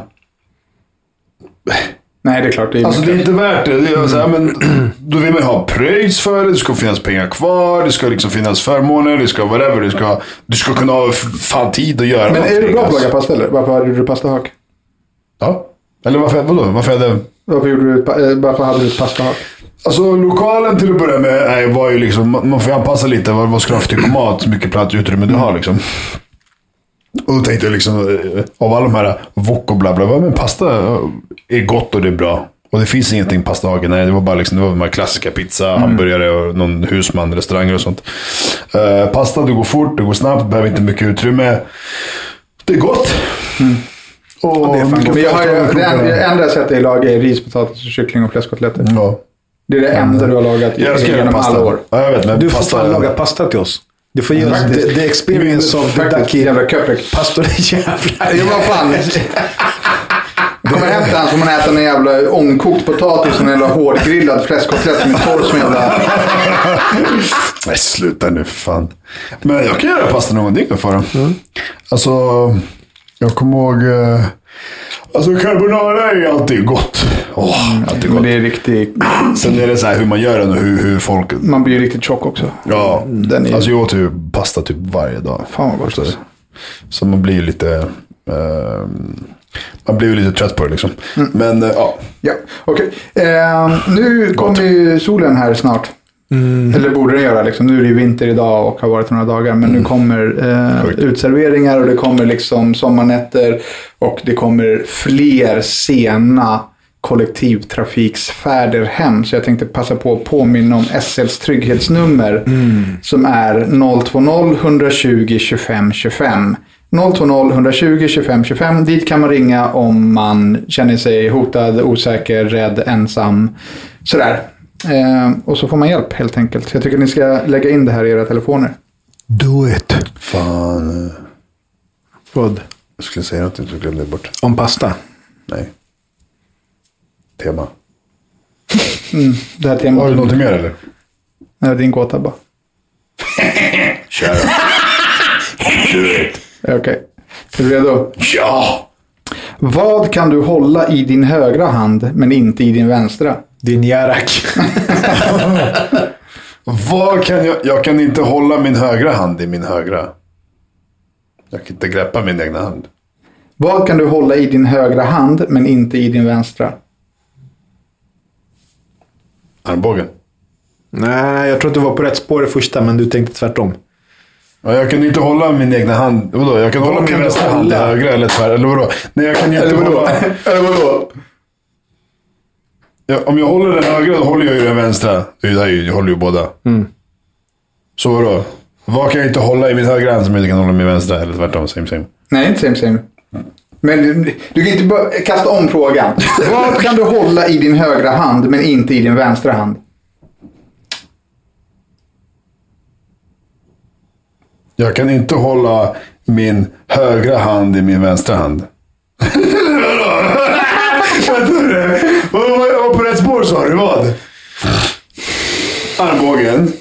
S1: Nej, det är klart. Det är
S2: Alltså det
S1: mycket.
S2: är inte värt det. det är så här, men, då vill man ju ha pröjs för det, det ska finnas pengar kvar, det ska liksom finnas förmåner, det ska whatever. Du ska, du ska kunna ha f- fan tid att göra
S1: Men är
S2: någonting,
S1: du bra på att
S2: alltså.
S1: laga pasta eller? Varför hade du pastahak?
S2: Ja. Eller varför, vadå? Varför jag hade...
S1: Varför, gjorde du, ett pa- eh, varför hade du ett pastahak?
S2: Alltså lokalen till att börja med är- var ju liksom, man man får ju anpassa lite vad, vad ska du ha för typ av mat, hur mycket plats och utrymme du har liksom. Och då tänkte jag liksom, eh, av alla de här wok och bla bla, bla, men pasta eh, är gott och det är bra. Och det finns ingenting pastahagen, nej det var bara liksom, det var de här klassiska pizza,
S1: Mm.
S2: hamburgare och någon husman, restauranger och sånt. Eh, pasta, det går fort, det går snabbt, behöver inte mycket utrymme. Det är gott.
S1: Mm.
S2: Och,
S3: fan gott.
S1: Men jag har ju, det
S2: krokarna.
S1: enda- det enda jag sett dig laga är ris, potatis, kyckling och fläskkotletter.
S2: Ja.
S1: Det är det enda du har lagat i-
S2: Jag älskar
S1: genom
S2: pasta.
S1: alla år.
S2: Ja, jag vet, men
S3: Du får
S2: pasta,
S3: fan laga pasta till oss. Du får ge oss
S1: Faktiskt.
S3: the, the experience of the
S1: Faktiskt,
S3: ducky.
S1: jävla köpek.
S3: Pastor jävlar.
S1: Jo, vad fan. Kommer hem till han så man äter en jävla ångkokt potatis och en jävla hårdgrillad fläskkotlett som är torr som en jävla...
S2: Nej, sluta nu för fan. Men jag kan göra pasta någon gång, det är ingen fara.
S3: Mm.
S2: Alltså, jag kommer ihåg... eh, Alltså carbonara är ju alltid gott. Åh, alltid
S1: Men
S2: gott.
S1: det är riktigt...
S2: Sen är det så här hur man gör den och hur, hur folk...
S1: Man blir ju riktigt tjock också.
S2: Ja,
S1: Den är-
S2: alltså jag åt ju pasta typ varje dag.
S1: Fan vad gott alltså.
S2: Så man blir ju lite... eh, man blir ju lite trött på det liksom. Men eh, ja,
S1: Ja, okej. Eh, nu kommer ju solen här snart. Eller borde den göra. Liksom. Nu är det ju vinter idag och har varit några dagar. Men nu kommer eh,
S2: Sjukt.
S1: utserveringar och det kommer liksom sommarnätter. Och det kommer fler sena kollektivtrafiksfärder hem. Så jag tänkte passa på att påminna om SLs trygghetsnummer. Som är 020 120 25 25. 020 120 25 25. Dit kan man ringa om man känner sig hotad, osäker, rädd, ensam. Sådär. Eh, och så får man hjälp helt enkelt. Så jag tycker ni ska lägga in det här i era telefoner.
S3: Do it.
S2: fan. eh,
S3: Vad?
S2: Jag skulle säga någonting så glömde jag bort.
S3: Om pasta.
S2: Nej. Tema.
S1: Det här
S2: Har du
S1: temat.
S2: någonting mer eller?
S1: Nej, det är en gåta bara.
S2: Kör. Do it.
S1: Eh, Okej. Är du redo?
S2: Ja!
S1: Vad kan du hålla i din högra hand men inte i din vänstra?
S3: Din Jarak.
S2: Vad kan jag... Jag kan inte hålla min högra hand i min högra. Jag kan inte greppa min egna hand.
S1: Vad kan du hålla i din högra hand men inte i din vänstra?
S2: Armbågen.
S3: Nej, jag tror att du var på rätt spår i första, men du tänkte tvärtom.
S2: Ja, jag kan inte hålla min egna hand... Vadå? Jag kan hålla
S3: kan
S2: min
S3: du
S2: vänstra hand i
S3: hålla?
S2: högra eller tvär... Eller vadå? Nej, jag kan ju inte hålla...
S1: Eller vadå?
S2: Ja, om jag håller den högra, då håller jag ju den vänstra. Det är ju- det här är ju- Jag håller ju båda.
S3: Mm.
S2: Så vadå? Vad kan jag inte hålla i min högra hand som jag inte kan hålla i min vänstra? Eller tvärtom, same same.
S1: Nej, inte same same. Men du, du kan inte bara kasta om frågan. Vad kan du hålla i din högra hand men inte i din vänstra hand?
S2: Jag kan inte hålla min högra hand i min vänstra hand. Vad tror du? Vad- vad- Jag var på rätt spår sa du. Vad? Armbågen.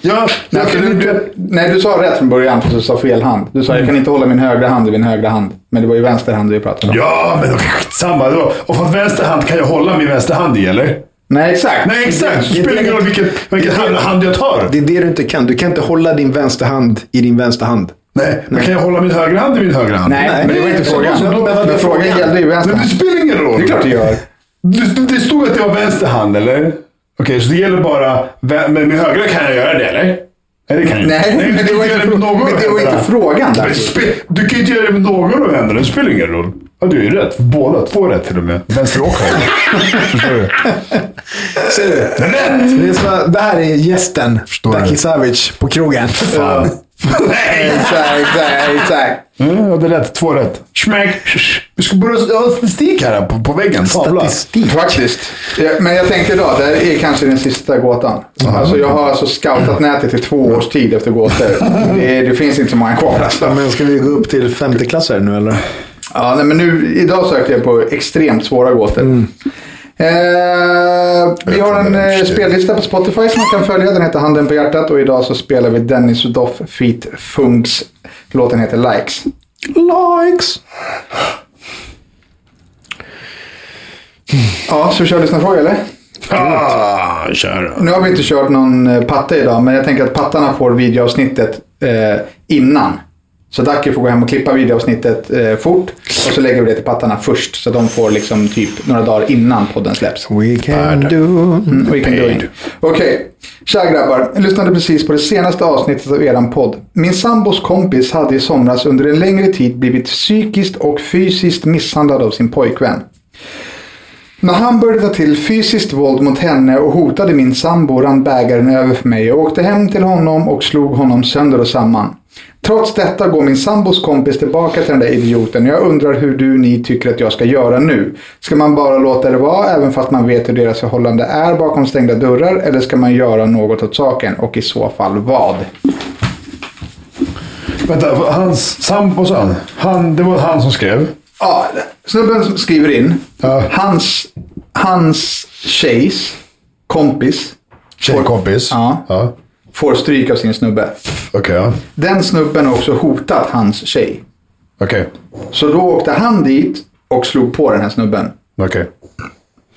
S2: Ja,
S1: Nej,
S2: jag
S1: för
S2: kan
S1: du,
S2: inte...
S1: du, nej, du sa rätt från början för du sa fel hand. Du
S2: Mm.
S1: sa jag kan inte hålla min högra hand i min högra hand. Men det var ju vänster hand vi pratade om.
S2: Ja, men då samma då. Och från vänster hand kan jag hålla min vänster hand i, eller?
S1: Nej, exakt.
S2: Nej, exakt. Det spelar ingen roll vilket, vilket hand- hand jag tar.
S3: Det är det du inte kan. Du kan inte hålla din vänster hand i din vänster hand.
S2: Nej, men kan jag hålla min högra hand i min högra hand?
S1: Nej, men det var inte
S3: så-
S1: frågan.
S3: så-
S1: Men
S3: men vad-
S1: frågan gällde ju vänster
S2: Men det
S1: hand.
S2: spelar ingen roll.
S1: Det är klart det gör.
S2: Det, det stod att det var vänster hand, eller? Okej, så det gäller bara... vä- Men med högra kan jag göra det, eller? Nej, det kan jag inte.
S1: Nej, men
S2: du kan
S1: det var
S2: göra
S1: inte,
S2: med någon
S1: frå- men det var
S2: händerna.
S1: inte frågan.
S2: Men
S1: Där.
S2: spe- Du kan ju inte göra det med någon av händerna. Det spelar ingen roll. Ja, du är ju rätt. Båda två är rätt till och med. Vänster och höger. Förstår du?
S3: Ser du?
S2: Rätt!
S3: Det, är så, det här är gästen,
S2: Förstår
S3: Ducky
S2: du.
S3: Savage, på krogen.
S2: Fan. Nej!
S1: Exakt, exakt, exakt.
S2: Mm, jag hade rätt. Två rätt. Smack! Vi ska börja ha statistik här på, på väggen. Tavla.
S3: Statistik.
S1: Faktiskt. Ja, Men jag tänker då, det här är kanske den sista gåtan. Alltså, jag har alltså scoutat nätet i två års tid efter gåtor. Det, är- det finns inte så många kvar. Alltså.
S3: Men ska vi gå upp till femteklassare nu eller?
S1: Ja, nej, men nu, idag sökte jag på extremt svåra gåtor. Eh, vi har en eh, spellista på Spotify som man kan följa. Den heter Handen på hjärtat och idag så spelar vi Dennis Doff feat Fungs. Låten heter Likes.
S3: Likes.
S1: Ja, så vi kör lyssnarfråga eller?
S2: Ah, kör.
S1: Nu har vi inte kört någon eh, patte idag, men jag tänker att pattarna får videoavsnittet eh, innan. Så Dacke får gå hem och klippa videoavsnittet eh, fort. Och så lägger vi det till pattarna först. Så de får liksom typ några dagar innan podden släpps.
S3: We can do...
S1: Mm, we can do it. Okej, kära grabbar. Jag lyssnade precis på det senaste avsnittet av eran podd. Min sambos kompis hade i somras under en längre tid blivit psykiskt och fysiskt misshandlad av sin pojkvän. När han började ta till fysiskt våld mot henne och hotade min sambo rann bägaren över för mig. Jag åkte hem till honom och slog honom sönder och samman. Trots detta går min sambos kompis tillbaka till den där idioten och jag undrar hur du ni tycker att jag ska göra nu. Ska man bara låta det vara även fast man vet hur deras förhållande är bakom stängda dörrar eller ska man göra något åt saken och i så fall vad?
S2: Vänta, hans sambo, vad sa han? han? Det var han som skrev.
S1: Ja, snubben som skriver in.
S2: Ja.
S1: Hans, hans tjejs kompis
S2: Tjejkompis.
S1: Ja.
S2: ja.
S1: får stryk av sin snubbe.
S2: Okej, ja.
S1: Den snubben har också hotat hans tjej.
S2: Okej.
S1: Så då åkte han dit och slog på den här snubben.
S2: Okej.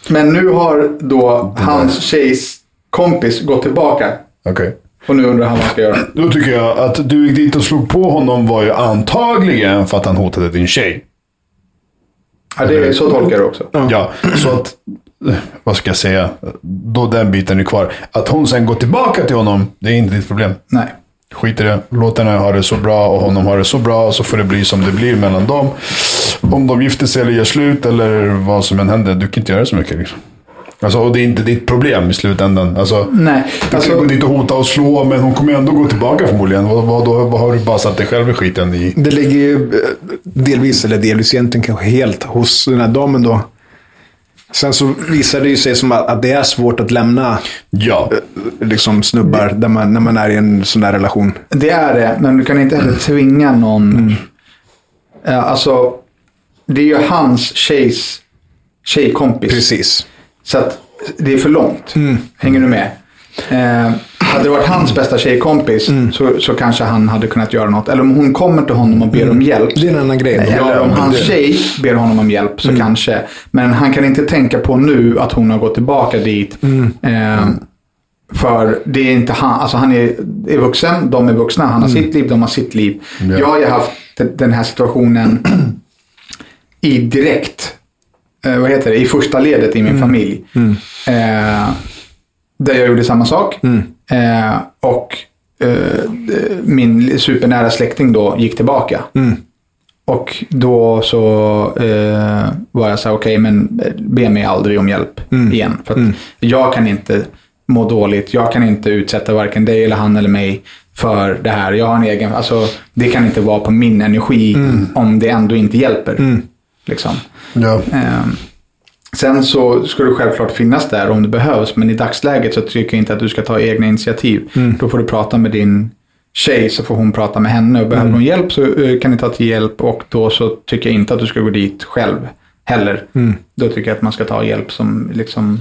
S1: Men nu har då hans tjejs kompis gått tillbaka.
S2: Okej.
S1: Och nu undrar han vad han ska göra.
S2: Då tycker jag att du gick dit och slog på honom var ju antagligen för att han hotade din tjej.
S1: Ja, det är, så tolkar jag det också.
S2: Ja, så att... eh, Vad ska jag säga? Då den biten är kvar. Att hon sen går tillbaka till honom, det är inte ditt problem.
S1: Nej.
S2: Skit i det. Låt henne ha det så bra och honom ha det så bra. Så får det bli som det blir mellan dem. Om de gifter sig eller gör slut eller vad som än händer. Du kan inte göra så mycket. Liksom. Alltså, och det är inte ditt problem i slutändan. Alltså,
S1: Nej,
S2: Du
S1: alltså-
S2: kan gå dit och hota och slå, men hon kommer ändå gå tillbaka förmodligen. Vad, vad, då, vad har du bara satt dig själv i skiten i?
S3: Det ligger ju eh, delvis, eller delvis egentligen kanske helt, hos den här damen då. Sen så visar det ju sig som att, att det är svårt att lämna
S2: Ja.
S3: eh, liksom snubbar där man, när man är i en sån där relation.
S1: Det är det, men du kan inte heller tvinga någon. Ja, alltså, det är ju hans tjejs tjejkompis.
S3: Precis.
S1: Så att det är för långt.
S3: Mm.
S1: Hänger du med? Eh, hade det varit hans bästa tjejkompis
S3: Mm.
S1: så, så kanske han hade kunnat göra något. Eller om hon kommer till honom och ber om hjälp.
S3: Mm. Det är en annan grej. Då.
S1: Eller om
S2: men
S1: hans
S2: det-
S1: tjej ber honom om hjälp
S3: Mm.
S1: så kanske. Men han kan inte tänka på nu att hon har gått tillbaka dit.
S3: Mm.
S1: Eh, för det är inte han. Alltså han är, är vuxen, de är vuxna. Han har sitt liv, de har sitt liv. Jag har ju haft de- den här situationen i direkt, eh, vad heter det, i första ledet i min familj. Eh, där jag gjorde samma sak. Eh, och eh, min supernära släkting då gick tillbaka. Och då så eh, var jag så här, okej, men eh, be mig aldrig om hjälp igen. För att jag kan inte må dåligt, jag kan inte utsätta varken dig eller han eller mig för det här. Jag har en egen, alltså det kan inte vara på min energi om det ändå inte hjälper. Liksom.
S2: ja.
S1: Ehm, sen så ska du självklart finnas där om det behövs, men i dagsläget så tycker jag inte att du ska ta egna initiativ. Då får du prata med din tjej så får hon prata med henne och behöver hon hjälp så eh, kan ni ta till hjälp och då så tycker jag inte att du ska gå dit själv heller. Då tycker jag att man ska ta hjälp som liksom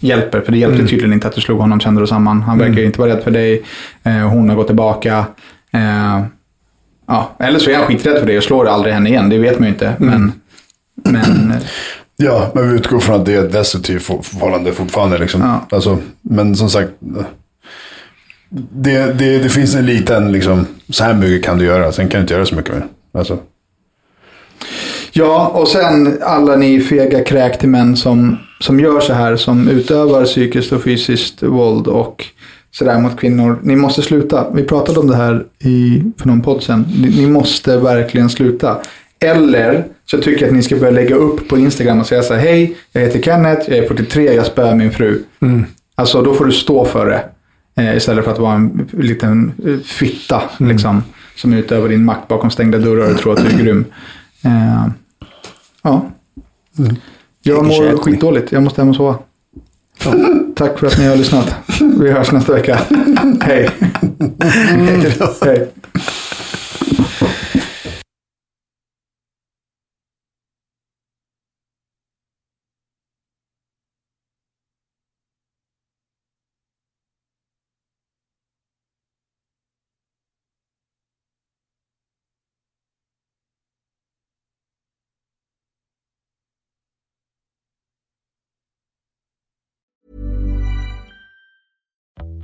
S1: hjälper. För det hjälpte tydligen inte att du slog honom sönder och samman. Han verkar ju inte vara rädd för dig. Eh, hon har gått tillbaka. Eh, ja. Eller så är han skiträdd för dig och slår aldrig henne igen. Det vet man ju inte. Men, men eh,
S2: Ja, men vi utgår från att det är ett destruktivt for- förhållande fortfarande. Liksom.
S1: Ja.
S2: Alltså, men som sagt, det, det, det finns en liten, liksom, så här mycket kan du göra, sen kan du inte göra så mycket mer. Alltså,
S1: Ja, och sen alla ni fega kräk till män som, som gör så här, som utövar psykiskt och fysiskt våld och sådär mot kvinnor. Ni måste sluta. Vi pratade om det här i, för någon podd sen. Ni, ni måste verkligen sluta. Eller så tycker jag att ni ska börja lägga upp på Instagram och säga så här, hej, jag heter Kenneth, jag är 43, jag spöar min fru. Alltså då får du stå för det. Eh, istället för att vara en liten eh, fitta liksom, som utövar din makt bakom stängda dörrar och tror att du är grym. Eh, ja. Mm. Jag mår skitdåligt. Jag måste hem och sova. Tack för att ni har lyssnat. Vi hörs nästa vecka. Hej. Hej.